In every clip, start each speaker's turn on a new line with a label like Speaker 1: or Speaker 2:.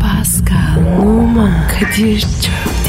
Speaker 1: Pascal, Oman, Kadir çok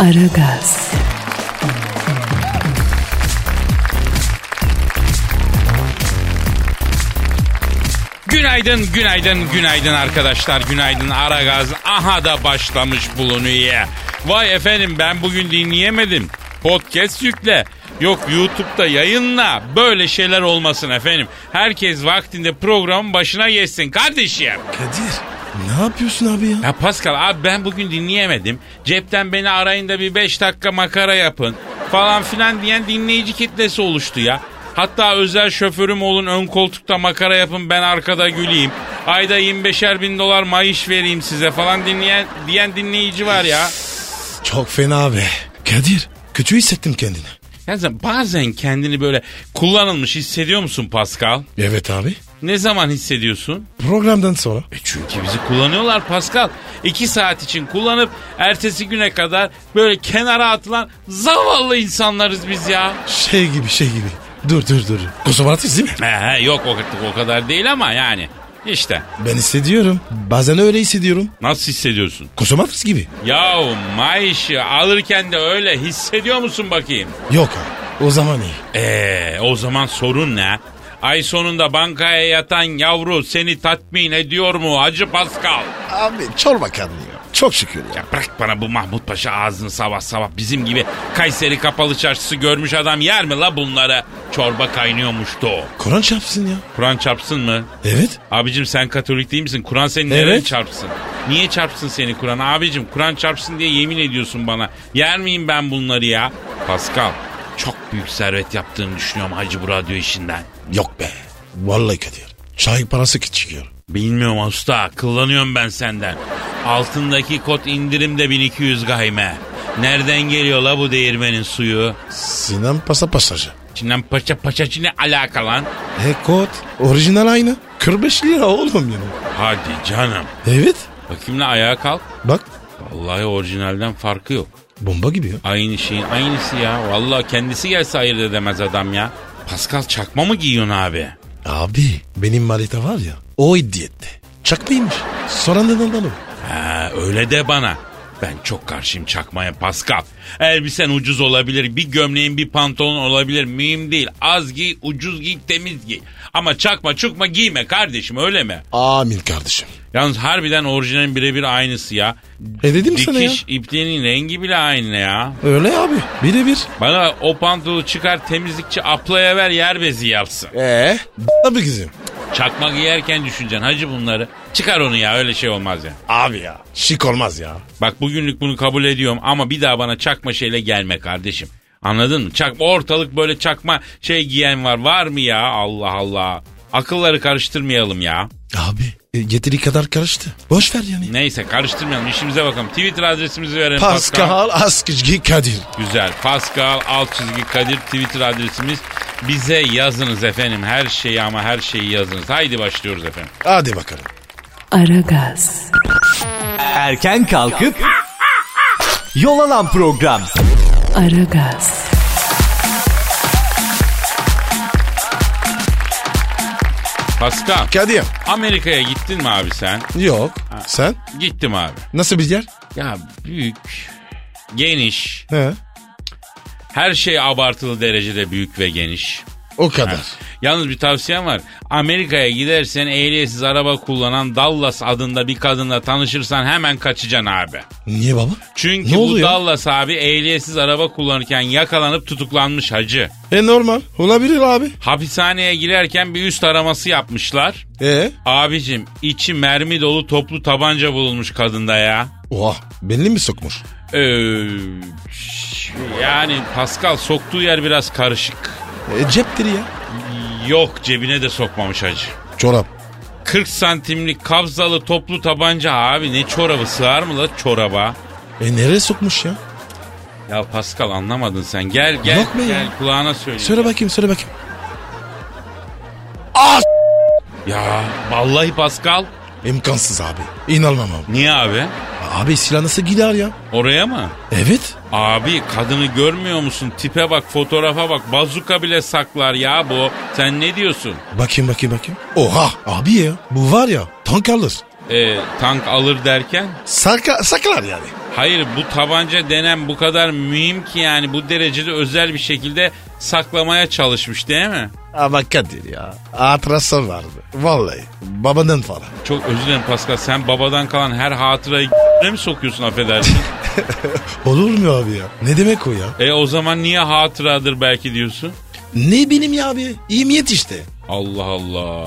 Speaker 1: Aragaz,
Speaker 2: Günaydın, günaydın, günaydın arkadaşlar. Günaydın Aragaz. Aha da başlamış bulunuyor. Vay efendim ben bugün dinleyemedim. Podcast yükle. Yok YouTube'da yayınla. Böyle şeyler olmasın efendim. Herkes vaktinde programın başına geçsin kardeşim.
Speaker 3: Kadir ne yapıyorsun abi
Speaker 2: Ya Pascal abi ben bugün dinleyemedim. Cepten beni arayın da bir 5 dakika makara yapın falan filan diyen dinleyici kitlesi oluştu ya. Hatta özel şoförüm olun ön koltukta makara yapın ben arkada güleyim. Ayda 25'er bin dolar maaş vereyim size falan dinleyen, diyen dinleyici var ya.
Speaker 3: Çok fena abi. Kadir kötü hissettim kendini.
Speaker 2: Ya sen bazen kendini böyle kullanılmış hissediyor musun Pascal?
Speaker 3: Evet abi.
Speaker 2: Ne zaman hissediyorsun?
Speaker 3: Programdan sonra.
Speaker 2: Çünkü bizi kullanıyorlar Pascal. İki saat için kullanıp ertesi güne kadar böyle kenara atılan zavallı insanlarız biz ya.
Speaker 3: Şey gibi şey gibi. Dur dur dur. Konservatif değil mi?
Speaker 2: He he, yok o, o kadar değil ama yani işte
Speaker 3: Ben hissediyorum. Bazen öyle hissediyorum.
Speaker 2: nasıl hissediyorsun?
Speaker 3: Konservatif gibi.
Speaker 2: Yahu maaşı alırken de öyle hissediyor musun bakayım?
Speaker 3: Yok abi. O zaman iyi.
Speaker 2: Eee o zaman sorun ne? Ay sonunda bankaya yatan yavru seni tatmin ediyor mu Hacı Pascal?
Speaker 3: Abi çor bakalım ya. Çok şükür ya.
Speaker 2: Bırak bana bu Mahmut Paşa ağzını sabah sabah bizim gibi Kayseri kapalı çarşısı görmüş adam yer mi la bunlara? Çorba kaynıyormuştu o.
Speaker 3: Kur'an çarpsın ya.
Speaker 2: Kur'an çarpsın mı?
Speaker 3: Evet.
Speaker 2: Abicim sen katolik değil misin? Kur'an seni nereye
Speaker 3: Evet.
Speaker 2: çarpsın? Niye çarpsın seni Kur'an? Abicim Kur'an çarpsın diye yemin ediyorsun bana. Yer miyim ben bunları ya? Pascal çok büyük servet yaptığını düşünüyorum Hacı bu radyo işinden.
Speaker 3: Yok be. Vallahi Kadir. Çay parası çıkıyor.
Speaker 2: Bilmiyorum usta kullanıyorum ben senden. Altındaki kod indirimde 1200 gayme. Nereden geliyor la bu değirmenin suyu?
Speaker 3: Sinan pasa pasajı.
Speaker 2: Çin'den paça paça Çin'e alaka lan.
Speaker 3: E kod. Orijinal aynı. 45 lira oğlum yani.
Speaker 2: Hadi canım.
Speaker 3: Evet.
Speaker 2: Bakayım la ayağa kalk.
Speaker 3: Bak.
Speaker 2: Vallahi orijinalden farkı yok.
Speaker 3: Bomba gibi ya.
Speaker 2: Aynı şeyin aynısı ya. Vallahi kendisi gelse ayırt edemez adam ya. Pascal çakma mı giyiyorsun abi?
Speaker 3: Abi benim maleta var ya. O iddiyette. Çakmaymış. Sorandan adamım.
Speaker 2: Ha, öyle de bana. Ben çok karşıyım çakmaya Pascal. Elbisen ucuz olabilir. Bir gömleğin bir pantolon olabilir. Mühim değil. Az giy, ucuz giy, temiz giy. Ama çakma çukma giyme kardeşim öyle mi?
Speaker 3: Amin kardeşim.
Speaker 2: Yalnız harbiden orijinalin birebir aynısı ya.
Speaker 3: E dedim sana ya.
Speaker 2: Dikiş ipliğinin rengi bile aynı ya.
Speaker 3: Öyle abi. Birebir.
Speaker 2: Bana o pantolonu çıkar temizlikçi aplaya ver yer bezi yapsın.
Speaker 3: Eee? Tabii kızım.
Speaker 2: Çakma giyerken düşüneceksin hacı bunları. Çıkar onu ya öyle şey olmaz ya.
Speaker 3: Abi ya. Şık olmaz ya.
Speaker 2: Bak bugünlük bunu kabul ediyorum ama bir daha bana çakma şeyle gelme kardeşim. Anladın mı? Çakma ortalık böyle çakma şey giyen var. Var mı ya? Allah Allah. Akılları karıştırmayalım ya.
Speaker 3: Abi. E, yeteri kadar karıştı. Boş ver yani.
Speaker 2: Neyse karıştırmayalım işimize bakalım. Twitter adresimizi verelim.
Speaker 3: Pascal Askizgi Kadir.
Speaker 2: Güzel. Pascal alt çizgi Kadir Twitter adresimiz. Bize yazınız efendim. Her şeyi ama her şeyi yazınız. Haydi başlıyoruz efendim.
Speaker 3: Hadi bakalım.
Speaker 1: Aragaz,
Speaker 4: Erken kalkıp yol alan program.
Speaker 1: Aragaz,
Speaker 2: Pascal.
Speaker 3: Kadir.
Speaker 2: Amerika'ya gittin mi abi sen?
Speaker 3: Yok. Sen?
Speaker 2: Gittim abi.
Speaker 3: Nasıl bir yer?
Speaker 2: Ya büyük, geniş,
Speaker 3: He.
Speaker 2: her şey abartılı derecede büyük ve geniş.
Speaker 3: O kadar.
Speaker 2: Yalnız bir tavsiyem var. Amerika'ya gidersen ehliyetsiz araba kullanan Dallas adında bir kadınla tanışırsan hemen kaçacaksın abi.
Speaker 3: Niye baba?
Speaker 2: Çünkü
Speaker 3: Ne
Speaker 2: bu
Speaker 3: oluyor?
Speaker 2: Dallas abi ehliyetsiz araba kullanırken yakalanıp tutuklanmış hacı.
Speaker 3: E normal. Olabilir abi.
Speaker 2: Hapishaneye girerken bir üst araması yapmışlar.
Speaker 3: E?
Speaker 2: Abicim içi mermi dolu toplu tabanca bulunmuş kadında ya.
Speaker 3: Oha. Belli mi sokmuş?
Speaker 2: Ee, yani Pascal soktuğu yer biraz karışık.
Speaker 3: E, ceptir ya.
Speaker 2: Yok cebine de sokmamış hacı.
Speaker 3: Çorap.
Speaker 2: 40 santimlik kabzalı toplu tabanca abi ne çorabı sığar mı la çoraba?
Speaker 3: E nereye sokmuş ya?
Speaker 2: Ya Pascal anlamadın sen. Gel gel
Speaker 3: Yok be ya.
Speaker 2: gel kulağına söyle.
Speaker 3: Söyle bakayım söyle bakayım.
Speaker 2: Ya vallahi Pascal.
Speaker 3: İmkansız abi. İnanmam abi.
Speaker 2: Niye abi?
Speaker 3: Abi silah nasıl gider ya?
Speaker 2: Oraya mı?
Speaker 3: Evet.
Speaker 2: Abi kadını görmüyor musun? Tipe bak, fotoğrafa bak. Bazuka bile saklar ya bu. Sen ne diyorsun?
Speaker 3: Bakayım bakayım bakayım. Oha abi ya. Bu var ya tank alır.
Speaker 2: Ee, tank alır derken?
Speaker 3: Saka, saklar yani.
Speaker 2: Hayır bu tabanca denen bu kadar mühim ki yani bu derecede özel bir şekilde saklamaya çalışmış değil mi?
Speaker 3: Ama Kadir ya. Hatırası vardı. Vallahi. Babanın falan.
Speaker 2: Çok özür dilerim Pascal sen babadan kalan her hatırayı mi sokuyorsun affedersin?
Speaker 3: Olur mu abi ya? Ne demek o ya?
Speaker 2: e o zaman niye hatıradır belki diyorsun?
Speaker 3: Ne bileyim ya abi. İyi niyet işte.
Speaker 2: Allah Allah.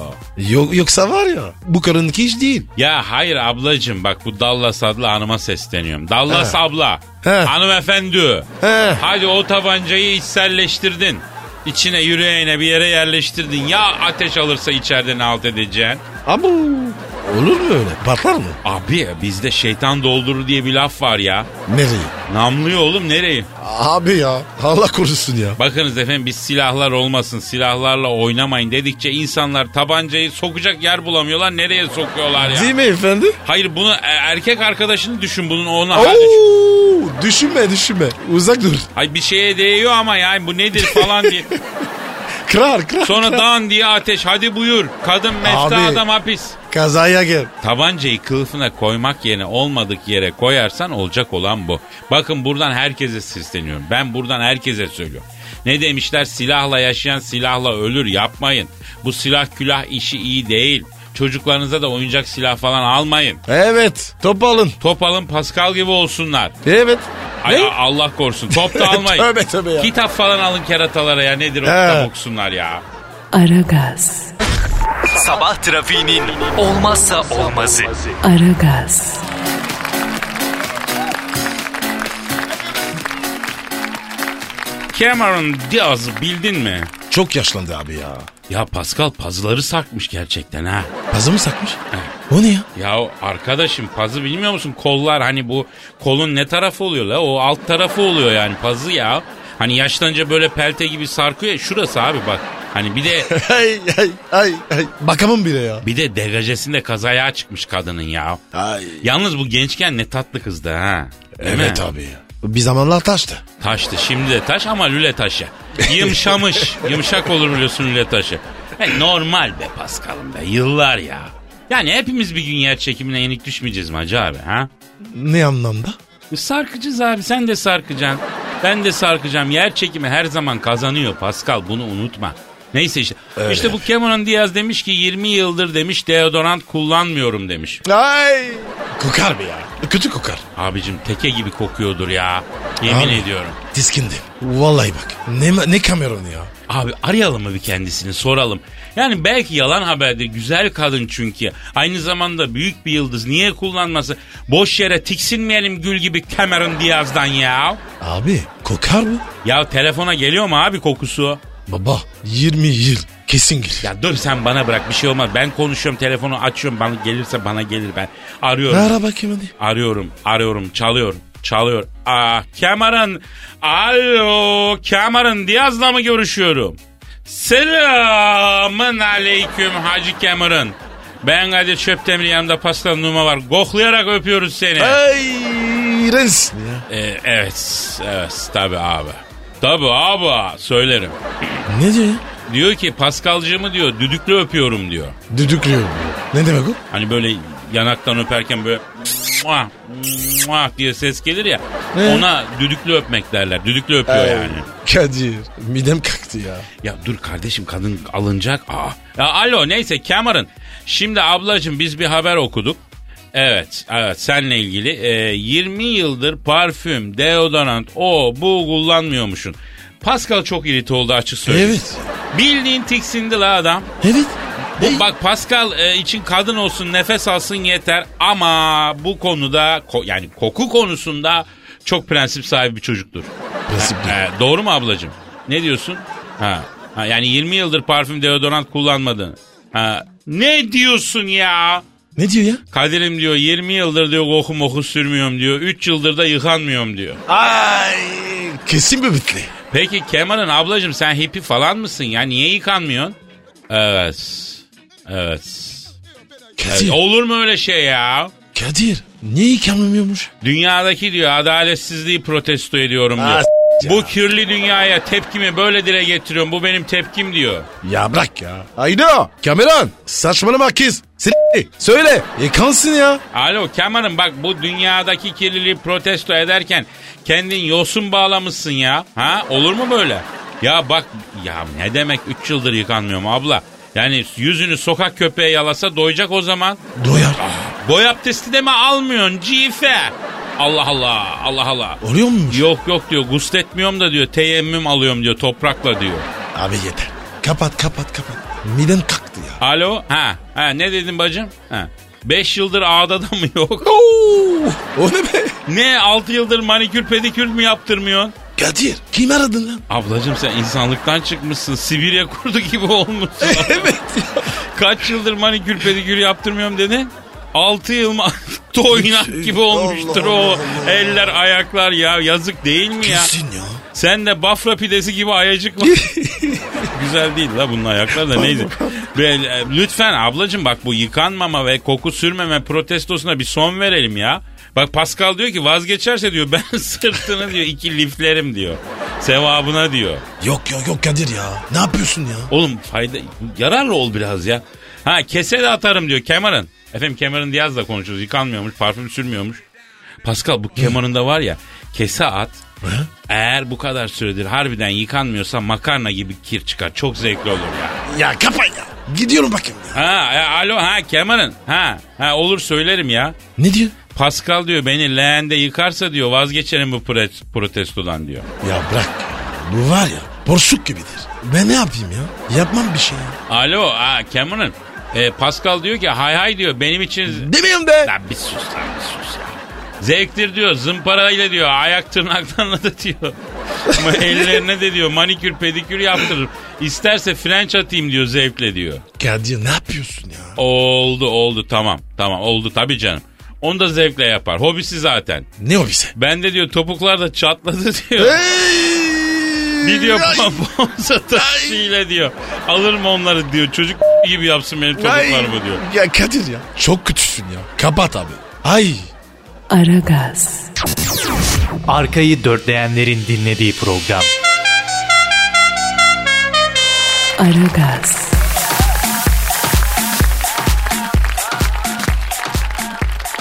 Speaker 3: Yok, yoksa var ya. Bu karınki iş değil.
Speaker 2: Ya hayır ablacığım bak bu Dallas adlı hanıma sesleniyorum. Dallas
Speaker 3: He.
Speaker 2: abla.
Speaker 3: He.
Speaker 2: Hanımefendi.
Speaker 3: He.
Speaker 2: Hadi o tabancayı içselleştirdin. İçine yüreğine bir yere yerleştirdin. Ya ateş alırsa içeriden alt edeceksin.
Speaker 3: Ama olur mu öyle? Patlar mı?
Speaker 2: Abi bizde şeytan doldurur diye bir laf var ya.
Speaker 3: Nereye?
Speaker 2: Namlıyor oğlum nereyi?
Speaker 3: Abi ya. Allah korusun ya.
Speaker 2: Bakınız efendim biz silahlar olmasın silahlarla oynamayın dedikçe insanlar tabancayı sokacak yer bulamıyorlar nereye sokuyorlar ya.
Speaker 3: Değil mi efendi?
Speaker 2: Hayır bunu e, erkek arkadaşını düşün bunun ona.
Speaker 3: Oo, düşünme düşünme. Uzak dur.
Speaker 2: Ay bir şeye değiyor ama yani bu nedir falan diye.
Speaker 3: Kırar kırar.
Speaker 2: Sonra dan diye ateş hadi buyur. Kadın mefta
Speaker 3: Abi.
Speaker 2: adam hapis.
Speaker 3: Kazaya gel.
Speaker 2: Tabancayı kılıfına koymak yerine olmadık yere koyarsan olacak olan bu. Bakın buradan herkese sesleniyorum. Ben buradan herkese söylüyorum. Ne demişler silahla yaşayan silahla ölür yapmayın. Bu silah külah işi iyi değil. Çocuklarınıza da oyuncak silah falan almayın.
Speaker 3: Evet. Top alın.
Speaker 2: Top alın Pascal gibi olsunlar.
Speaker 3: Evet.
Speaker 2: Ay, a- Allah korusun top da almayın.
Speaker 3: Tövbe tövbe ya.
Speaker 2: Kitap falan alın keratalara ya nedir o
Speaker 3: He.
Speaker 2: kitap okusunlar ya.
Speaker 1: Aragaz,
Speaker 4: Sabah trafiğinin olmazsa olmazı.
Speaker 1: Aragaz,
Speaker 2: Cameron Diaz bildin mi?
Speaker 3: Çok yaşlandı abi ya.
Speaker 2: Ya Pascal pazıları sakmış gerçekten ha.
Speaker 3: Pazı mı sakmış? O ne ya?
Speaker 2: Ya arkadaşım pazı bilmiyor musun? Kollar hani bu kolun ne tarafı oluyor la? O alt tarafı oluyor yani pazı ya. Hani yaşlanınca böyle pelte gibi sarkıyor ya. Şurası abi bak. Hani bir de
Speaker 3: Ay ay ay ay. Bakamam bile ya.
Speaker 2: bir de degajesinde kazaya çıkmış kadının ya.
Speaker 3: Ay.
Speaker 2: Yalnız bu gençken ne tatlı kızdı ha. Değil mi?
Speaker 3: Evet abi ya. Bir zamanlar taştı.
Speaker 2: Taştı şimdi de taş ama lüle taşı. Yımşamış. Yumuşak olur biliyorsun lüle taşı. E, normal be Paskal'ım be yıllar ya. Yani hepimiz bir gün yer çekimine yenik düşmeyeceğiz mi hacı abi ha?
Speaker 3: Ne anlamda?
Speaker 2: E, Sarkacağız abi sen de sarkacaksın. Ben de sarkacağım. Yer çekimi her zaman kazanıyor Pascal bunu unutma. Neyse işte. İşte bu Cameron Diaz demiş ki 20 yıldır demiş deodorant kullanmıyorum demiş.
Speaker 3: Ay. Kokar mı ya? Kötü kokar.
Speaker 2: Abicim teke gibi kokuyordur ya. Yemin
Speaker 3: Abi.
Speaker 2: ediyorum.
Speaker 3: Diskindim. Vallahi bak. Ne, ne kameronu ya?
Speaker 2: Abi arayalım mı bir kendisini soralım. Yani belki yalan haberdir. Güzel kadın çünkü. Aynı zamanda büyük bir yıldız. Niye kullanması? Boş yere tiksinmeyelim gül gibi Cameron Diaz'dan ya.
Speaker 3: Abi kokar mı?
Speaker 2: Ya telefona geliyor mu abi kokusu?
Speaker 3: Baba 20 yıl kesin gir.
Speaker 2: Ya dur sen bana bırak bir şey olmaz. Ben konuşuyorum telefonu açıyorum. Bana gelirse bana gelir ben. Arıyorum.
Speaker 3: Ara bakayım hadi.
Speaker 2: Arıyorum, arıyorum, çalıyor, çalıyor. Aa, Cameron, alo, Cameron Diaz'la mı görüşüyorum? Selamın aleyküm Hacı Cameron. Ben Kadir Çöptemir yanımda pasta numa var. Koklayarak öpüyoruz seni.
Speaker 3: Ay iğrençsin ya.
Speaker 2: Ee, evet, evet tabi abi. Tabi abi söylerim.
Speaker 3: Ne diyor ya?
Speaker 2: Diyor ki Paskalcığımı diyor düdüklü öpüyorum diyor.
Speaker 3: Düdüklüyor diyor. Ne demek o?
Speaker 2: Hani böyle yanaktan öperken böyle muah, muah diye ses gelir ya.
Speaker 3: Ee?
Speaker 2: Ona düdüklü öpmek derler. Düdüklü öpüyor yani.
Speaker 3: Kadir midem kalktı ya.
Speaker 2: Ya dur kardeşim kadın alınacak. Aa. Ya alo neyse Cameron. Şimdi ablacığım biz bir haber okuduk. Evet, evet senle ilgili. Ee, 20 yıldır parfüm, deodorant, o bu kullanmıyormuşsun. Pascal çok irite oldu açık söyleyeyim.
Speaker 3: Evet.
Speaker 2: Bildiğin tiksindi la adam.
Speaker 3: Evet.
Speaker 2: Bu, bak Pascal e, için kadın olsun nefes alsın yeter ama bu konuda ko- yani koku konusunda çok prensip sahibi bir çocuktur.
Speaker 3: Prensipli.
Speaker 2: E, doğru mu ablacığım? Ne diyorsun? Ha. ha yani 20 yıldır parfüm deodorant kullanmadın. Ha, Ne diyorsun ya?
Speaker 3: Ne diyor ya?
Speaker 2: Kadir'im diyor 20 yıldır diyor koku moku sürmüyorum diyor. 3 yıldır da yıkanmıyorum diyor.
Speaker 3: Ay kesin böbütlü.
Speaker 2: Peki Kemal'ın ablacığım sen hippi falan mısın ya? Niye yıkanmıyorsun? Evet. Evet.
Speaker 3: Kadir.
Speaker 2: Olur mu öyle şey ya?
Speaker 3: Kadir. Niye yıkanmıyormuş?
Speaker 2: Dünyadaki diyor adaletsizliği protesto ediyorum diyor.
Speaker 3: Ah, s-
Speaker 2: Bu kirli dünyaya tepkimi böyle dile getiriyorum. Bu benim tepkim diyor.
Speaker 3: Ya bırak ya. Ayda. Kameran. Saçmalama kız. S- Söyle. Yıkansın E, ya.
Speaker 2: Alo Kemal'im bak bu dünyadaki kirliliği protesto ederken kendin yosun bağlamışsın ya. Ha olur mu böyle? Ya bak ya ne demek 3 yıldır yıkanmıyorum abla. Yani yüzünü sokak köpeğe yalasa doyacak o zaman.
Speaker 3: Doyar.
Speaker 2: Boy abdesti de mi almıyorsun cife? Allah Allah Allah Allah.
Speaker 3: Oluyor muymuş?
Speaker 2: Yok yok diyor gusletmiyorum da diyor teyemmüm alıyorum diyor toprakla diyor.
Speaker 3: Abi yeter. Kapat kapat kapat. Midem kalktı ya.
Speaker 2: Alo ha, ha ne dedin bacım? Ha. 5 yıldır ağda da mı yok?
Speaker 3: Oo, o ne be?
Speaker 2: Ne 6 yıldır manikür pedikür mü yaptırmıyorsun?
Speaker 3: Kadir kim aradın lan?
Speaker 2: Ablacım sen insanlıktan çıkmışsın. Sibirya kurdu gibi olmuşsun.
Speaker 3: evet ya.
Speaker 2: Kaç yıldır manikür pedikür yaptırmıyorum dedi. 6 yıl mı? Toynak gibi olmuştur
Speaker 3: Allah
Speaker 2: o.
Speaker 3: Allah.
Speaker 2: Eller ayaklar ya yazık değil mi ya?
Speaker 3: Kesin ya.
Speaker 2: Sen de bafra pidesi gibi ayacık var. Güzel değil la bunun ayakları da neydi? e, lütfen ablacım bak bu yıkanmama ve koku sürmeme protestosuna bir son verelim ya. Bak Pascal diyor ki vazgeçerse diyor ben sırtını diyor iki liflerim diyor. Sevabına diyor.
Speaker 3: Yok yok yok Kadir ya. Ne yapıyorsun ya?
Speaker 2: Oğlum fayda yararlı ol biraz ya. Ha kese de atarım diyor Cameron. Efendim Cameron Diaz'la konuşuyoruz. Yıkanmıyormuş, parfüm sürmüyormuş. Pascal bu Cameron'da var ya kese at. Eğer bu kadar süredir harbiden yıkanmıyorsa makarna gibi kir çıkar. Çok zevkli olur ya.
Speaker 3: Ya kapat ya. Gidiyorum bakayım ya.
Speaker 2: Ha, e, alo ha Cameron. Ha, ha olur söylerim ya.
Speaker 3: Ne diyor?
Speaker 2: Pascal diyor beni leğende yıkarsa diyor vazgeçerim bu pre- protestodan diyor.
Speaker 3: Ya bırak. Bu var ya borsuk gibidir. Ben ne yapayım ya? Yapmam bir şey ya.
Speaker 2: Alo ha Cameron. E, Pascal diyor ki hay hay diyor benim için
Speaker 3: Demiyorum de.
Speaker 2: Lan bir sus lan bir sus ya. Zevktir diyor zımparayla diyor ayak tırnaklarına da diyor. Ama Ellerine de diyor manikür pedikür yaptırır. İsterse frenç atayım diyor zevkle diyor.
Speaker 3: Kadir ne yapıyorsun ya?
Speaker 2: Oldu oldu tamam tamam oldu tabii canım. Onu da zevkle yapar. Hobisi zaten.
Speaker 3: Ne o bize?
Speaker 2: Ben de diyor topuklar da çatladı diyor.
Speaker 3: Hey!
Speaker 2: Bir diyor
Speaker 3: Ay,
Speaker 2: pomponza taşıyla diyor. Alırım onları diyor. Çocuk gibi yapsın benim
Speaker 3: ay.
Speaker 2: topuklarımı diyor.
Speaker 3: Ya Kadir ya. Çok kötüsün ya. Kapat abi. Ay.
Speaker 1: Aragaz,
Speaker 4: Arkayı dörtleyenlerin dinlediği program.
Speaker 1: Aragaz,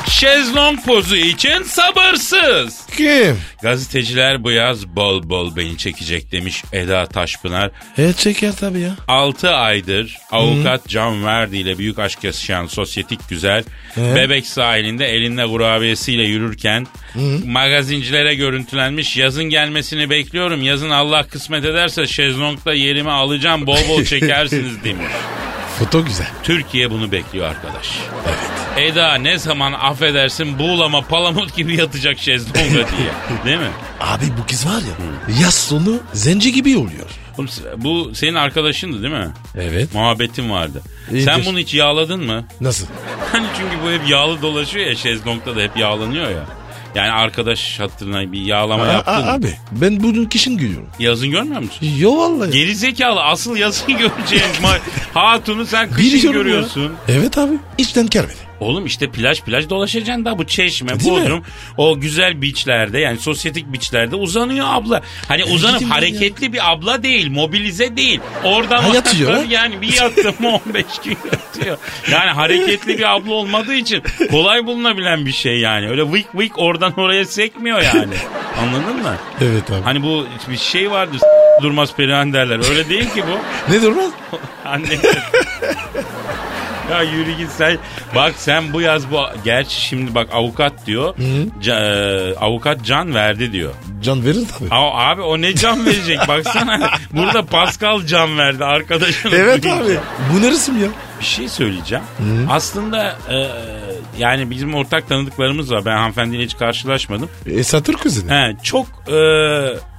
Speaker 2: Şezlong pozu için sabırsız.
Speaker 3: Kim?
Speaker 2: Gazeteciler bu yaz bol bol beni çekecek demiş Eda Taşpınar.
Speaker 3: E çeker tabii ya.
Speaker 2: 6 aydır avukat Can Verdi ile büyük aşk yaşayan sosyetik güzel bebek sahilinde elinde kurabiyesiyle yürürken magazincilere görüntülenmiş yazın gelmesini bekliyorum. Yazın Allah kısmet ederse şezlongda yerimi alacağım bol bol çekersiniz demiş.
Speaker 3: Foto güzel.
Speaker 2: Türkiye bunu bekliyor arkadaş. Evet. Eda ne zaman affedersin buğulama palamut gibi yatacak şezlonga diye. Değil mi?
Speaker 3: Abi bu kız var ya. Yaz sonu zenci gibi oluyor.
Speaker 2: Oğlum, bu senin arkadaşındı değil mi?
Speaker 3: Evet.
Speaker 2: Muhabbetin vardı.
Speaker 3: İyidir.
Speaker 2: Sen bunu hiç yağladın mı?
Speaker 3: Nasıl?
Speaker 2: Hani çünkü bu hep yağlı dolaşıyor ya şezlongda da hep yağlanıyor ya. Yani arkadaş hatırına bir yağlama yaptın. mı?
Speaker 3: abi ben bunun kişin gülüyorum.
Speaker 2: Yazın görmüyor musun?
Speaker 3: Yo vallahi.
Speaker 2: Geri zekalı asıl yazın göreceğiz. Ma- Hatunu sen kışın
Speaker 3: Biliyorum ya.
Speaker 2: görüyorsun.
Speaker 3: Evet abi. İçten kermedi.
Speaker 2: Oğlum işte plaj plaj dolaşacaksın da bu çeşme,
Speaker 3: Değil mi?
Speaker 2: Bodrum o güzel beachlerde yani sosyetik beachlerde uzanıyor abla. Hani uzanıp
Speaker 3: gidin ben
Speaker 2: hareketli bir abla değil, mobilize değil. Orada
Speaker 3: Ha,
Speaker 2: bak-
Speaker 3: yatıyor ha?
Speaker 2: Yani bir yattı mı 15 gün yatıyor. Yani hareketli bir abla olmadığı için kolay bulunabilen bir şey yani. Öyle vık vık oradan oraya sekmiyor yani. Anladın mı?
Speaker 3: Evet abi.
Speaker 2: Hani bu bir şey vardır s- durmaz perihan derler. Öyle değil ki bu.
Speaker 3: Ne durmaz?
Speaker 2: Anne. ya yürü git sen. Bak sen bu yaz bu gerçi şimdi bak avukat diyor. Ca- e, avukat can verdi diyor.
Speaker 3: Can verir tabii.
Speaker 2: A- abi o ne can verecek baksana. Burada Pascal can verdi arkadaşına.
Speaker 3: Evet
Speaker 2: duyunca.
Speaker 3: abi. Bu ne resim ya?
Speaker 2: Bir şey söyleyeceğim. Aslında e, yani bizim ortak tanıdıklarımız var. Ben hanımefendiyle hiç karşılaşmadım.
Speaker 3: E, Satürk kuzeni.
Speaker 2: He, çok e,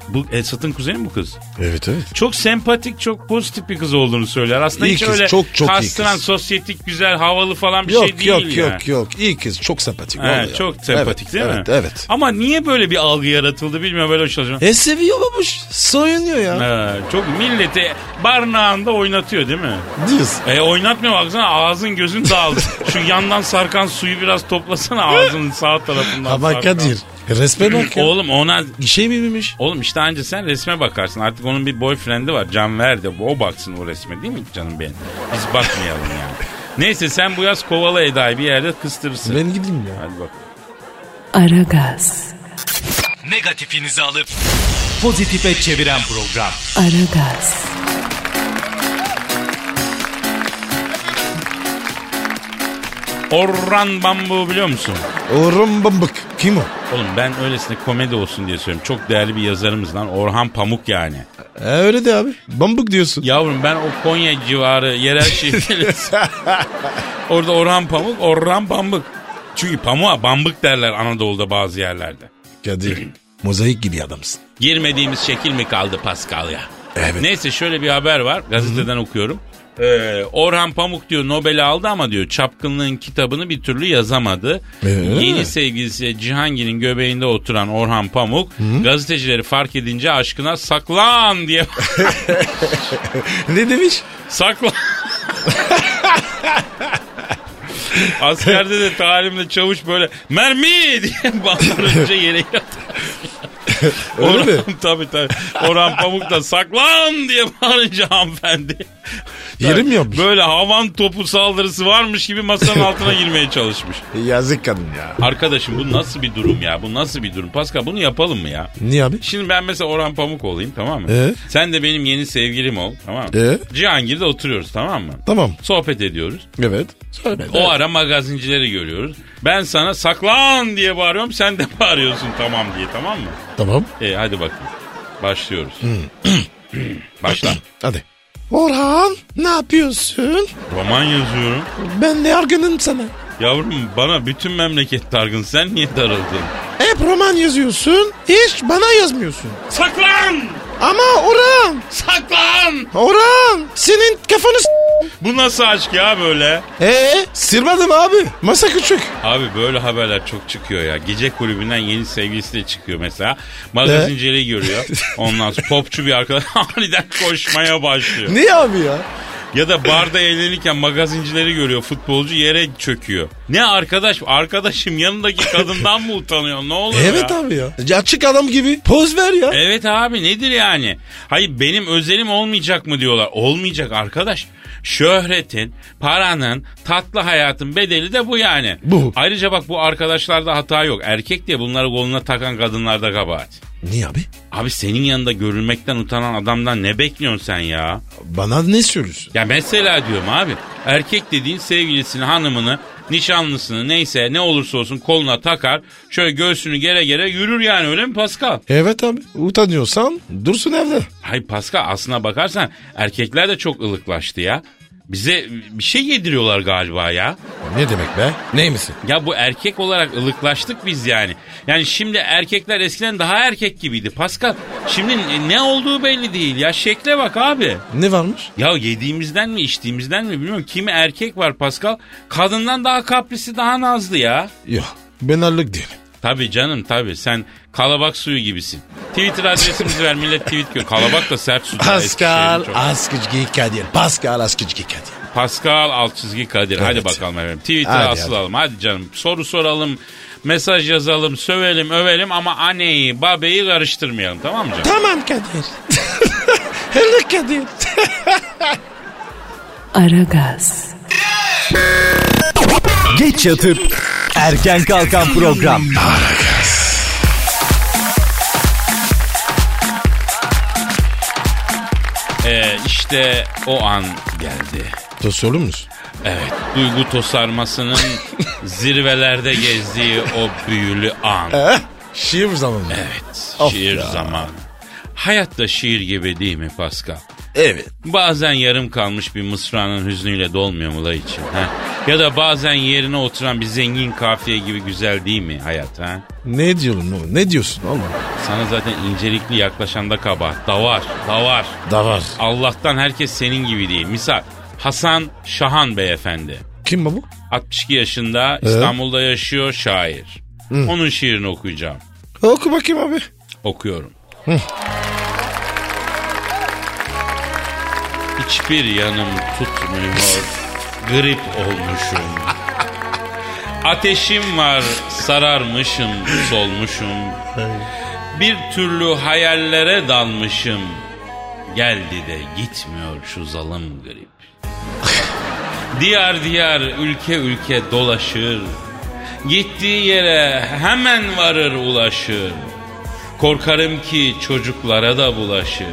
Speaker 2: Bu Esat'ın kuzeni mi bu kız?
Speaker 3: Evet evet.
Speaker 2: Çok sempatik, çok pozitif bir kız olduğunu söyler. Aslında
Speaker 3: İyi
Speaker 2: hiç
Speaker 3: kız,
Speaker 2: öyle
Speaker 3: çok çok iyi
Speaker 2: kastıran,
Speaker 3: kız.
Speaker 2: sosyetik, güzel, havalı falan bir
Speaker 3: yok
Speaker 2: şey değil
Speaker 3: yok
Speaker 2: ya.
Speaker 3: yok yok. İyi kız çok sempatik.
Speaker 2: He,
Speaker 3: vallahi.
Speaker 2: çok sempatik
Speaker 3: Evet,
Speaker 2: değil mi?
Speaker 3: Evet evet.
Speaker 2: Ama niye böyle bir algı yaratıldı bilmiyorum böyle hoşlanacağım.
Speaker 3: E seviyor babuş. Soyunuyor ya.
Speaker 2: He, çok milleti barnağında oynatıyor değil mi?
Speaker 3: Diyorsun.
Speaker 2: E oynatmıyor baksana ağzın gözün dağıldı. Şu yandan sarkan suyu biraz toplasana ağzının sağ tarafından.
Speaker 3: Ama
Speaker 2: sarkan.
Speaker 3: Kadir. Resme bak ya.
Speaker 2: Oğlum ona
Speaker 3: Bir şey mi bilmiş?
Speaker 2: Oğlum işte anca sen resme bakarsın. Artık onun bir boyfriend'i var. Can Verdi. O baksın o resme değil mi canım benim? Biz bakmayalım yani. Neyse sen bu yaz kovala Eda'yı bir yerde kıstırırsın.
Speaker 3: Ben gideyim ya.
Speaker 2: Hadi bak.
Speaker 1: Aragaz,
Speaker 4: Negatifinizi alıp pozitife çeviren program.
Speaker 1: Aragaz,
Speaker 2: Orhan Bambu biliyor musun?
Speaker 3: Orhan Pamuk. Kim o?
Speaker 2: Oğlum ben öylesine komedi olsun diye söylüyorum. Çok değerli bir yazarımız lan. Orhan Pamuk yani.
Speaker 3: E, öyle de abi. Bambuk diyorsun.
Speaker 2: Yavrum ben o Konya civarı yerel şehirleri... Orada Orhan Pamuk, Orhan Pamuk. Çünkü pamuğa bambık derler Anadolu'da bazı yerlerde.
Speaker 3: Kadir. Mozaik gibi adamsın.
Speaker 2: Girmediğimiz şekil mi kaldı Pascal ya?
Speaker 3: Evet.
Speaker 2: Neyse şöyle bir haber var. Gazeteden okuyorum. Ee, Orhan Pamuk diyor Nobel'i aldı ama diyor çapkınlığın kitabını bir türlü yazamadı.
Speaker 3: Ee?
Speaker 2: Yeni sevgilisi Cihangir'in göbeğinde oturan Orhan Pamuk gazetecileri fark edince aşkına saklan diye
Speaker 3: Ne demiş?
Speaker 2: saklan. Askerde de talimde çavuş böyle mermi diye bağırınca yere yattı.
Speaker 3: Öyle
Speaker 2: Orhan,
Speaker 3: mi?
Speaker 2: tabii tabii. Orhan Pamuk da saklan diye bağırınca hanımefendi.
Speaker 3: Yerim yapmış.
Speaker 2: Böyle havan topu saldırısı varmış gibi masanın altına girmeye çalışmış.
Speaker 3: Yazık kadın ya.
Speaker 2: Arkadaşım bu nasıl bir durum ya? Bu nasıl bir durum? Pascal bunu yapalım mı ya?
Speaker 3: Niye abi?
Speaker 2: Şimdi ben mesela Orhan Pamuk olayım tamam mı?
Speaker 3: Ee?
Speaker 2: Sen de benim yeni sevgilim ol tamam mı?
Speaker 3: Ee?
Speaker 2: Cihangir'de oturuyoruz tamam mı?
Speaker 3: Tamam.
Speaker 2: Sohbet ediyoruz.
Speaker 3: Evet. Söyle.
Speaker 2: O ara magazincileri görüyoruz. Ben sana saklan diye bağırıyorum. Sen de bağırıyorsun tamam diye tamam mı?
Speaker 3: Tamam.
Speaker 2: E hadi bakın. Başlıyoruz. Başla.
Speaker 3: Hadi. Orhan ne yapıyorsun?
Speaker 2: Roman yazıyorum.
Speaker 3: Ben ne argınım sana?
Speaker 2: Yavrum bana bütün memleket dargın. Sen niye darıldın?
Speaker 3: Hep roman yazıyorsun. Hiç bana yazmıyorsun.
Speaker 2: Saklan!
Speaker 3: Ama Orhan.
Speaker 2: Saklan!
Speaker 3: Orhan. Senin kafanı s-
Speaker 2: Bu nasıl aşk ya böyle?
Speaker 3: Ee, sırmadım abi. Masa küçük.
Speaker 2: Abi böyle haberler çok çıkıyor ya. Gece kulübünden yeni sevgilisi de çıkıyor mesela. Magazinciliği görüyor. Ondan sonra popçu bir arkadaş aniden koşmaya başlıyor.
Speaker 3: Niye abi ya?
Speaker 2: Ya da barda eğlenirken magazincileri görüyor futbolcu yere çöküyor. Ne arkadaş arkadaşım yanındaki kadından mı utanıyor ne oluyor
Speaker 3: Evet
Speaker 2: ya? E-
Speaker 3: abi ya. Ya Açık adam gibi. Poz ver ya.
Speaker 2: Evet abi nedir yani? Hayır benim özelim olmayacak mı diyorlar. Olmayacak arkadaş. Şöhretin, paranın, tatlı hayatın bedeli de bu yani.
Speaker 3: Bu.
Speaker 2: Ayrıca bak bu arkadaşlarda hata yok. Erkek diye bunları koluna takan kadınlarda kabahat.
Speaker 3: Niye abi?
Speaker 2: Abi senin yanında görülmekten utanan adamdan ne bekliyorsun sen ya?
Speaker 3: Bana ne söylüyorsun?
Speaker 2: Ya mesela diyorum abi erkek dediğin sevgilisini hanımını nişanlısını neyse ne olursa olsun koluna takar şöyle göğsünü gere gere yürür yani öyle mi Pascal?
Speaker 3: Evet abi. Utanıyorsan dursun evde.
Speaker 2: Hay Pascal aslına bakarsan erkekler de çok ılıklaştı ya. Bize bir şey yediriyorlar galiba ya.
Speaker 3: Ne demek be? Ney misin?
Speaker 2: Ya bu erkek olarak ılıklaştık biz yani. Yani şimdi erkekler eskiden daha erkek gibiydi Pascal. Şimdi ne olduğu belli değil ya. Şekle bak abi.
Speaker 3: Ne varmış?
Speaker 2: Ya yediğimizden mi içtiğimizden mi bilmiyorum. Kimi erkek var Pascal. Kadından daha kaprisi daha nazlı ya.
Speaker 3: Yok. Ben allık değilim.
Speaker 2: Tabii canım tabii sen kalabak suyu gibisin. Twitter adresimizi ver millet tweet gör. Kalabak da sert su.
Speaker 3: şey, Pascal Askizgi Kadir. Pascal Askizgi Kadir.
Speaker 2: Pascal alt çizgi Kadir. Hadi
Speaker 3: Evet.
Speaker 2: bakalım efendim. Twitter'a
Speaker 3: Hadi,
Speaker 2: asılalım. Hadi. canım. Soru soralım. Mesaj yazalım, sövelim, övelim ama anneyi, babeyi karıştırmayalım tamam mı canım?
Speaker 3: Tamam Kadir. Hello Kadir.
Speaker 1: Aragaz,
Speaker 4: Geç yatıp erken kalkan program.
Speaker 2: Ee, işte o an geldi.
Speaker 3: Dosyolu musun?
Speaker 2: Evet, duygu tosarmasının zirvelerde gezdiği o büyülü an.
Speaker 3: Şiir zamanı.
Speaker 2: Evet,
Speaker 3: Of
Speaker 2: şiir
Speaker 3: ya.
Speaker 2: zamanı. Hayat da şiir gibi değil mi Pascal?
Speaker 3: Evet.
Speaker 2: Bazen yarım kalmış bir mısranın hüznüyle dolmuyor mu la için? Ha? Ya da bazen yerine oturan bir zengin kafiye gibi güzel değil mi hayat ha?
Speaker 3: Ne diyorum oğlum? Ne diyorsun oğlum?
Speaker 2: Sana zaten incelikli yaklaşan da kabahat. Davar, davar.
Speaker 3: Da var.
Speaker 2: Allah'tan herkes senin gibi değil. Misal Hasan Şahan beyefendi.
Speaker 3: Kim bu?
Speaker 2: 62 yaşında İstanbul'da yaşıyor şair. Onun şiirini okuyacağım.
Speaker 3: Oku bakayım abi.
Speaker 2: Okuyorum. Hiçbir yanım tutmuyor. Grip olmuşum. Ateşim var, sararmışım, solmuşum. Bir türlü hayallere dalmışım. Geldi de gitmiyor şu zalim grip. Diyar diyar, ülke ülke dolaşır. Gittiği yere hemen varır ulaşır. Korkarım ki çocuklara da bulaşır.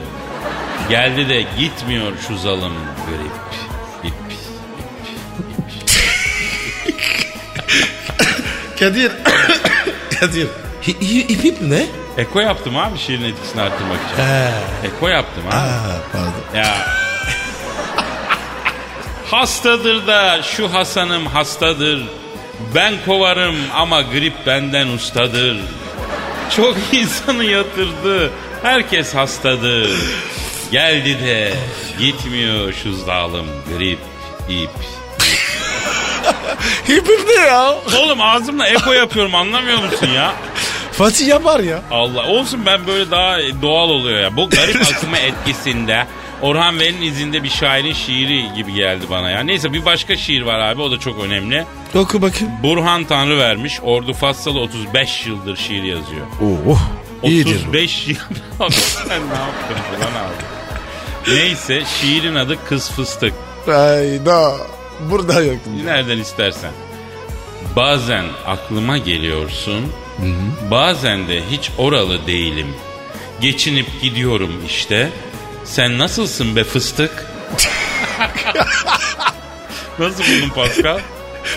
Speaker 2: Geldi de gitmiyor şu zalim grip. İp.
Speaker 3: Kadir. Kadir. Hi- hi- ip ip ne?
Speaker 2: Eko yaptım abi şiirin etkisini arttırmak için. Eko yaptım abi.
Speaker 3: Ha, pardon.
Speaker 2: Ya. Hastadır da şu Hasan'ım hastadır. Ben kovarım ama grip benden ustadır. Çok insanı yatırdı. Herkes hastadır. Geldi de gitmiyor şu zalim grip ip.
Speaker 3: İp ip ne ya?
Speaker 2: Oğlum ağzımla eko yapıyorum anlamıyor musun ya?
Speaker 3: Fatih yapar ya.
Speaker 2: Allah olsun ben böyle daha doğal oluyor ya. Bu garip akımı etkisinde Orhan Veli'nin izinde bir şairin şiiri gibi geldi bana ya. Neyse bir başka şiir var abi o da çok önemli.
Speaker 3: Oku bakayım.
Speaker 2: Burhan Tanrı vermiş. Ordu Fassalı 35 yıldır şiir yazıyor.
Speaker 3: Oo. İyidir.
Speaker 2: 35 yıl. Abi Sen ne yapıyorsun lan abi? Neyse şiirin adı Kız Fıstık.
Speaker 3: Hayda. Burada yoktum.
Speaker 2: Nereden istersen. Bazen aklıma geliyorsun. Bazen de hiç oralı değilim. Geçinip gidiyorum işte. Sen nasılsın be fıstık? Nasıl buldun Pascal?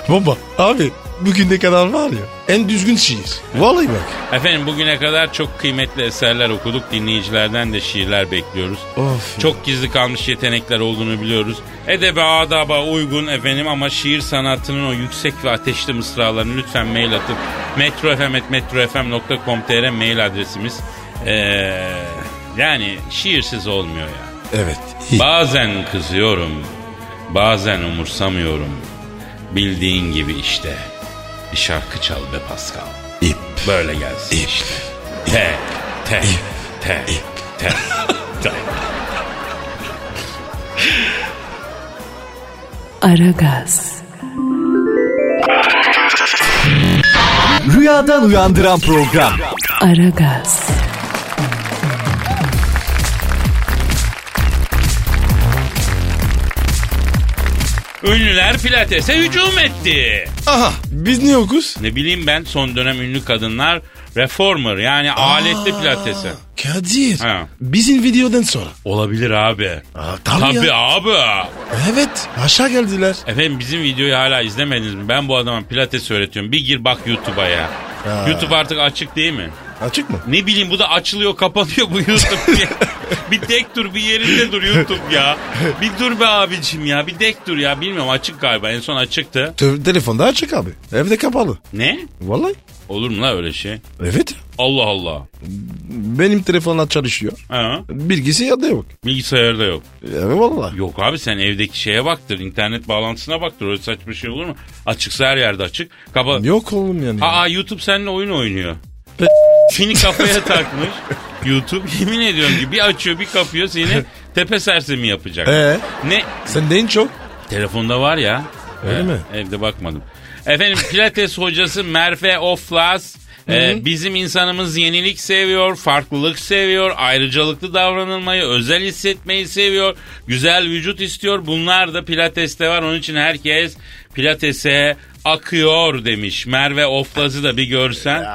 Speaker 3: Baba abi bugüne kadar var ya en düzgün şiir. Vallahi bak.
Speaker 2: Efendim bugüne kadar çok kıymetli eserler okuduk. Dinleyicilerden de şiirler bekliyoruz.
Speaker 3: Of.
Speaker 2: Çok gizli kalmış yetenekler olduğunu biliyoruz. Edebe adaba uygun efendim ama şiir sanatının o yüksek ve ateşli mısralarını lütfen mail atıp metrofm.metrofm.com.tr mail adresimiz. Ee, yani şiirsiz olmuyor ya.
Speaker 3: Evet.
Speaker 2: Bazen kızıyorum, bazen umursamıyorum. Bildiğin gibi işte. Bir şarkı çal be Pascal.
Speaker 3: İp.
Speaker 2: Böyle gelsin
Speaker 3: İp.
Speaker 2: işte. Te, te, te, te, te.
Speaker 1: Aragaz,
Speaker 4: Rüyadan uyandıran program.
Speaker 1: Aragaz,
Speaker 2: Ünlüler pilatese hücum etti.
Speaker 3: Aha biz ne okuz?
Speaker 2: Ne bileyim ben son dönem ünlü kadınlar reformer yani aletli pilatese.
Speaker 3: Kadir.
Speaker 2: Ha.
Speaker 3: Bizim videodan sonra.
Speaker 2: Olabilir abi.
Speaker 3: Aa,
Speaker 2: Tabii abi.
Speaker 3: Evet aşağı geldiler.
Speaker 2: Efendim bizim videoyu hala izlemediniz mi? Ben bu adama pilates öğretiyorum. Bir gir bak YouTube'a ya. YouTube artık açık değil mi?
Speaker 3: Açık mı?
Speaker 2: Ne bileyim bu da açılıyor kapanıyor bu YouTube ya. bir tek dur bir yerinde dur YouTube ya. Bir dur be abicim ya bir tek dur ya. Bilmiyorum açık galiba en son açıktı.
Speaker 3: Te- telefonda açık abi. Evde kapalı.
Speaker 2: Ne?
Speaker 3: Vallahi.
Speaker 2: Olur mu la öyle şey?
Speaker 3: Evet.
Speaker 2: Allah Allah.
Speaker 3: Benim telefonla çalışıyor.
Speaker 2: Ha?
Speaker 3: Bilgisi ya da yok.
Speaker 2: Bilgisayarda yok.
Speaker 3: Evet vallahi.
Speaker 2: Yok abi sen evdeki şeye baktır. internet bağlantısına baktır. Öyle saçma şey olur mu? Açıksa her yerde açık. Kapa
Speaker 3: Yok oğlum yani.
Speaker 2: Aa YouTube seninle oyun oynuyor. seni kafaya takmış. YouTube yemin ediyorum ki bir açıyor bir kapıyor seni tepe sersemi yapacak.
Speaker 3: Ee?
Speaker 2: Ne?
Speaker 3: Sen de en çok.
Speaker 2: Telefonda var ya.
Speaker 3: Öyle mi?
Speaker 2: Evde bakmadım. Efendim pilates hocası Merve Oflas. e, bizim insanımız yenilik seviyor, farklılık seviyor, ayrıcalıklı davranılmayı, özel hissetmeyi seviyor, güzel vücut istiyor. Bunlar da pilateste var. Onun için herkes pilatese akıyor demiş. Merve Oflas'ı da bir görsen.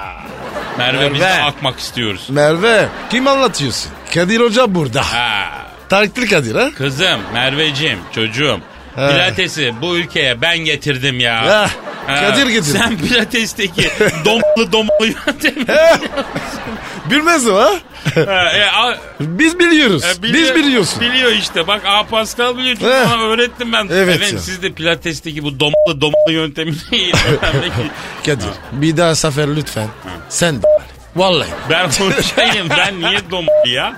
Speaker 2: Merve, biz de
Speaker 3: Merve.
Speaker 2: akmak istiyoruz.
Speaker 3: Merve kim anlatıyorsun? Kadir Hoca burada.
Speaker 2: Ha.
Speaker 3: Tarıklı Kadir ha?
Speaker 2: Kızım, Merveciğim, çocuğum.
Speaker 3: He.
Speaker 2: Pilatesi bu ülkeye ben getirdim ya.
Speaker 3: Heh. Kadir Gedir.
Speaker 2: Sen pilatesteki domlu domlu yöntemi.
Speaker 3: Bilmez mi ha?
Speaker 2: Ha, e, a-
Speaker 3: Biz biliyoruz.
Speaker 2: e, biliyor-
Speaker 3: Biz biliyorsun.
Speaker 2: Biliyor işte. Bak A Pascal biliyor. Çünkü
Speaker 3: Eh.
Speaker 2: sana öğrettim ben.
Speaker 3: Evet
Speaker 2: Efendim,
Speaker 3: ya.
Speaker 2: siz de pilatesteki bu domlu domlu yöntemini öğrenmek
Speaker 3: Kadir bir daha sefer lütfen. Sen de. Vallahi.
Speaker 2: Ben hocayım. Ben niye domlu ya?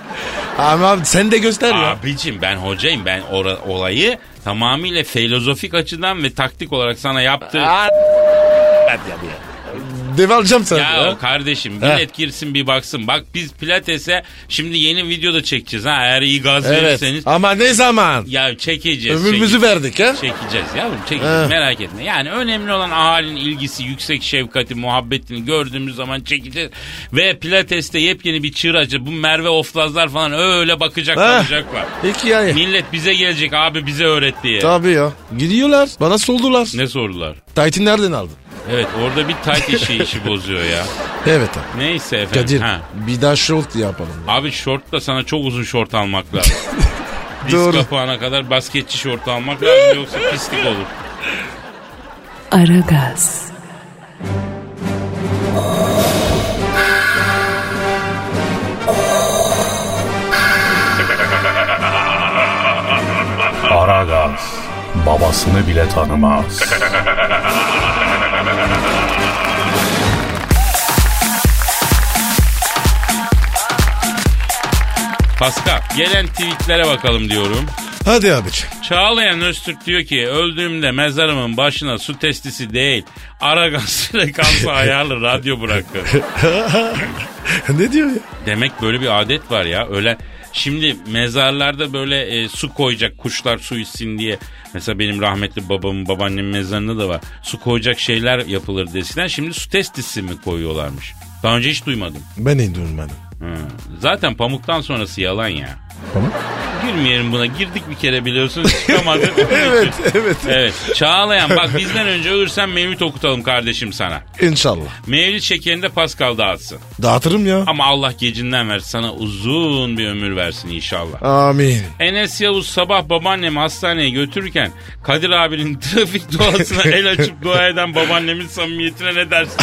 Speaker 3: Ama abi sen de göster ya.
Speaker 2: Abicim ben hocayım. Ben ora- olayı tamamıyla filozofik açıdan ve taktik olarak sana yaptığım
Speaker 3: Dev alacağım sana.
Speaker 2: Ya
Speaker 3: Ya.
Speaker 2: kardeşim
Speaker 3: Heh.
Speaker 2: millet girsin bir baksın. Bak biz pilatese şimdi yeni video da çekeceğiz ha eğer iyi gaz
Speaker 3: Evet.
Speaker 2: verirseniz.
Speaker 3: Ama ne zaman?
Speaker 2: Ya çekeceğiz.
Speaker 3: Ömrümüzü
Speaker 2: çekeceğiz.
Speaker 3: verdik ha?
Speaker 2: Çekeceğiz yavrum çekeceğiz
Speaker 3: Heh.
Speaker 2: merak etme. Yani önemli olan ahalinin ilgisi, yüksek şefkati, muhabbetini gördüğümüz zaman çekeceğiz. Ve pilateste yepyeni bir çığır açacağız. Bu Merve Oflazlar falan öyle bakacak
Speaker 3: Heh.
Speaker 2: kalacaklar.
Speaker 3: İki yani.
Speaker 2: Millet bize gelecek abi bize öğret diye.
Speaker 3: Tabii ya. Gidiyorlar. Bana soldular.
Speaker 2: Ne sordular?
Speaker 3: Titan nereden aldın?
Speaker 2: Evet orada bir tayt işi işi bozuyor ya.
Speaker 3: Evet abi.
Speaker 2: Neyse efendim.
Speaker 3: Kadir
Speaker 2: Ha.
Speaker 3: bir daha şort yapalım.
Speaker 2: Abi şort da sana çok uzun şort almak lazım. Diz
Speaker 3: Doğru.
Speaker 2: kapağına kadar basketçi şort almak lazım yoksa pislik olur.
Speaker 1: Aragaz,
Speaker 5: Aragaz babasını bile tanımaz.
Speaker 2: Pascal gelen tweetlere bakalım diyorum.
Speaker 3: Hadi abicim.
Speaker 2: Çağlayan Öztürk diyor ki öldüğümde mezarımın başına su testisi değil ara gaz frekansı ayarlı radyo bırakır.
Speaker 3: ne diyor ya?
Speaker 2: Demek böyle bir adet var ya öyle. Şimdi mezarlarda böyle e, su koyacak kuşlar su içsin diye. Mesela benim rahmetli babamın babaannemin mezarında da var. Su koyacak şeyler yapılır eskiden. Şimdi su testisi mi koyuyorlarmış? Daha önce hiç duymadım.
Speaker 3: Ben de durmadım.
Speaker 2: Hı. Zaten pamuktan sonrası yalan ya.
Speaker 3: Pamuk?
Speaker 2: Girmeyelim buna. Girdik bir kere biliyorsunuz çıkamadık.
Speaker 3: Evet, evet.
Speaker 2: Evet. Çağlayan bak bizden önce ölürsen mevlüt okutalım kardeşim sana.
Speaker 3: İnşallah.
Speaker 2: Mevlüt şekerinde Pascal dağıtsın.
Speaker 3: Dağıtırım ya.
Speaker 2: Ama Allah gecinden ver sana uzun bir ömür versin inşallah.
Speaker 3: Amin.
Speaker 2: Enes Yavuz sabah babaannemi hastaneye götürürken Kadir abinin trafik duasına el açıp dua eden babaannemin samimiyetine ne dersin?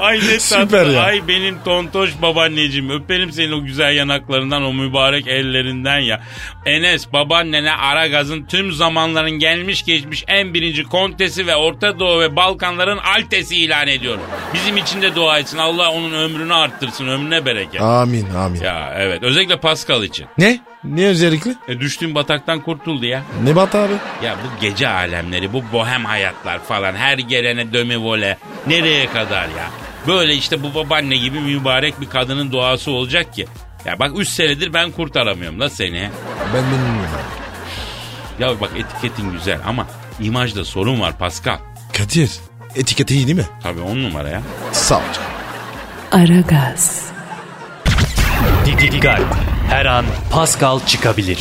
Speaker 2: Ay ne
Speaker 3: Süper
Speaker 2: tatlı.
Speaker 3: ya.
Speaker 2: Ay benim tontoş babaanneciğim. Öperim senin o güzel yanaklarından, o mübarek ellerinden ya. Enes babaannene Aragaz'ın tüm zamanların gelmiş geçmiş en birinci kontesi ve Orta Doğu ve Balkanların altesi ilan ediyorum. Bizim için de dua etsin. Allah onun ömrünü arttırsın. Ömrüne bereket.
Speaker 3: Amin amin.
Speaker 2: Ya evet özellikle Pascal için.
Speaker 3: Ne? Ne özellikle?
Speaker 2: E düştüğün bataktan kurtuldu ya.
Speaker 3: Ne bat abi?
Speaker 2: Ya bu gece alemleri, bu bohem hayatlar falan her gelene dömivole nereye kadar ya? Böyle işte bu babaanne gibi mübarek bir kadının duası olacak ki. Ya bak 3 senedir ben kurtaramıyorum la seni.
Speaker 3: Ben bilmiyorum abi.
Speaker 2: Ya bak etiketin güzel ama imajda sorun var Pascal.
Speaker 3: Kadir. Etiketi iyi değil mi?
Speaker 2: Tabii on numara ya.
Speaker 3: Sağ ol. canım.
Speaker 1: Aragaz,
Speaker 4: Didi Digal. Her an Pascal çıkabilir.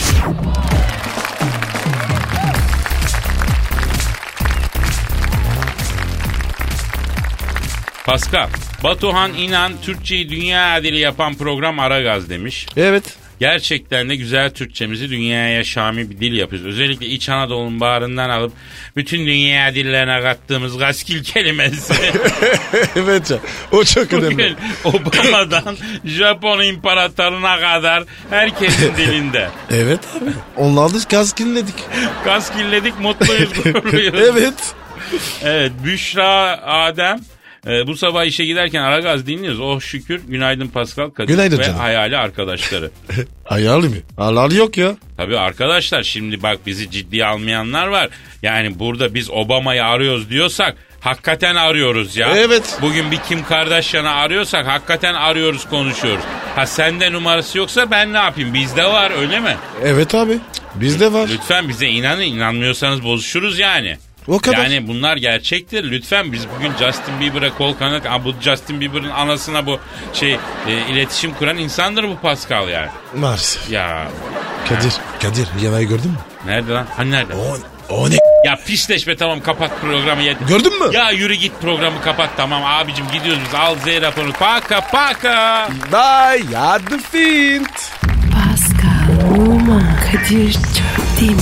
Speaker 2: Pascal, Batuhan İnan Türkçeyi dünya adili yapan program Aragaz demiş.
Speaker 3: Evet.
Speaker 2: Gerçekten de güzel Türkçemizi dünyaya şami bir dil yapıyoruz. Özellikle İç Anadolu'nun bağrından alıp bütün dünya dillerine kattığımız gaskil kelimesi.
Speaker 3: evet ya. O çok
Speaker 2: Bugün
Speaker 3: önemli.
Speaker 2: Obama'dan Japon imparatoruna kadar herkesin dilinde.
Speaker 3: Evet abi. Onlarla kaskinledik.
Speaker 2: Gaskilledik mutluyuz gururluyuz.
Speaker 3: evet.
Speaker 2: Evet Büşra Adem. e, bu sabah işe giderken Aragaz dinliyoruz. Oh şükür. Günaydın Pascal Kadir
Speaker 3: Günaydın
Speaker 2: ve
Speaker 3: canım.
Speaker 2: hayali arkadaşları.
Speaker 3: Ayarlı mı? Ayarlı yok ya.
Speaker 2: Tabii arkadaşlar şimdi bak bizi ciddiye almayanlar var. Yani burada biz Obama'yı arıyoruz diyorsak hakikaten arıyoruz ya.
Speaker 3: Evet.
Speaker 2: Bugün bir Kim Kardashian'ı arıyorsak hakikaten arıyoruz konuşuyoruz. Ha sende numarası yoksa ben ne yapayım? Bizde var öyle mi?
Speaker 3: Evet abi. Bizde var.
Speaker 2: Lütfen bize inanın inanmıyorsanız bozuşuruz yani.
Speaker 3: O kadar.
Speaker 2: Yani bunlar gerçektir. Lütfen biz bugün Justin Bieber'a kol kanat... Aa, Bu Justin Bieber'ın anasına bu şey e, iletişim kuran insandır bu Pascal yani.
Speaker 3: Maalesef.
Speaker 2: Ya
Speaker 3: Kadir. Kadir. Yanayı gördün mü?
Speaker 2: nerede lan? Hani nerede?
Speaker 3: O, o ne?
Speaker 2: Ya pisleşme tamam kapat programı yeter.
Speaker 3: Gördün mü?
Speaker 2: Ya yürü git programı kapat tamam abicim gidiyoruz biz al Z raporunu paka paka.
Speaker 3: Bye. Hadi fint.
Speaker 1: Pascal, Oman, Kadir çok değil mi?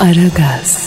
Speaker 1: Aragaz.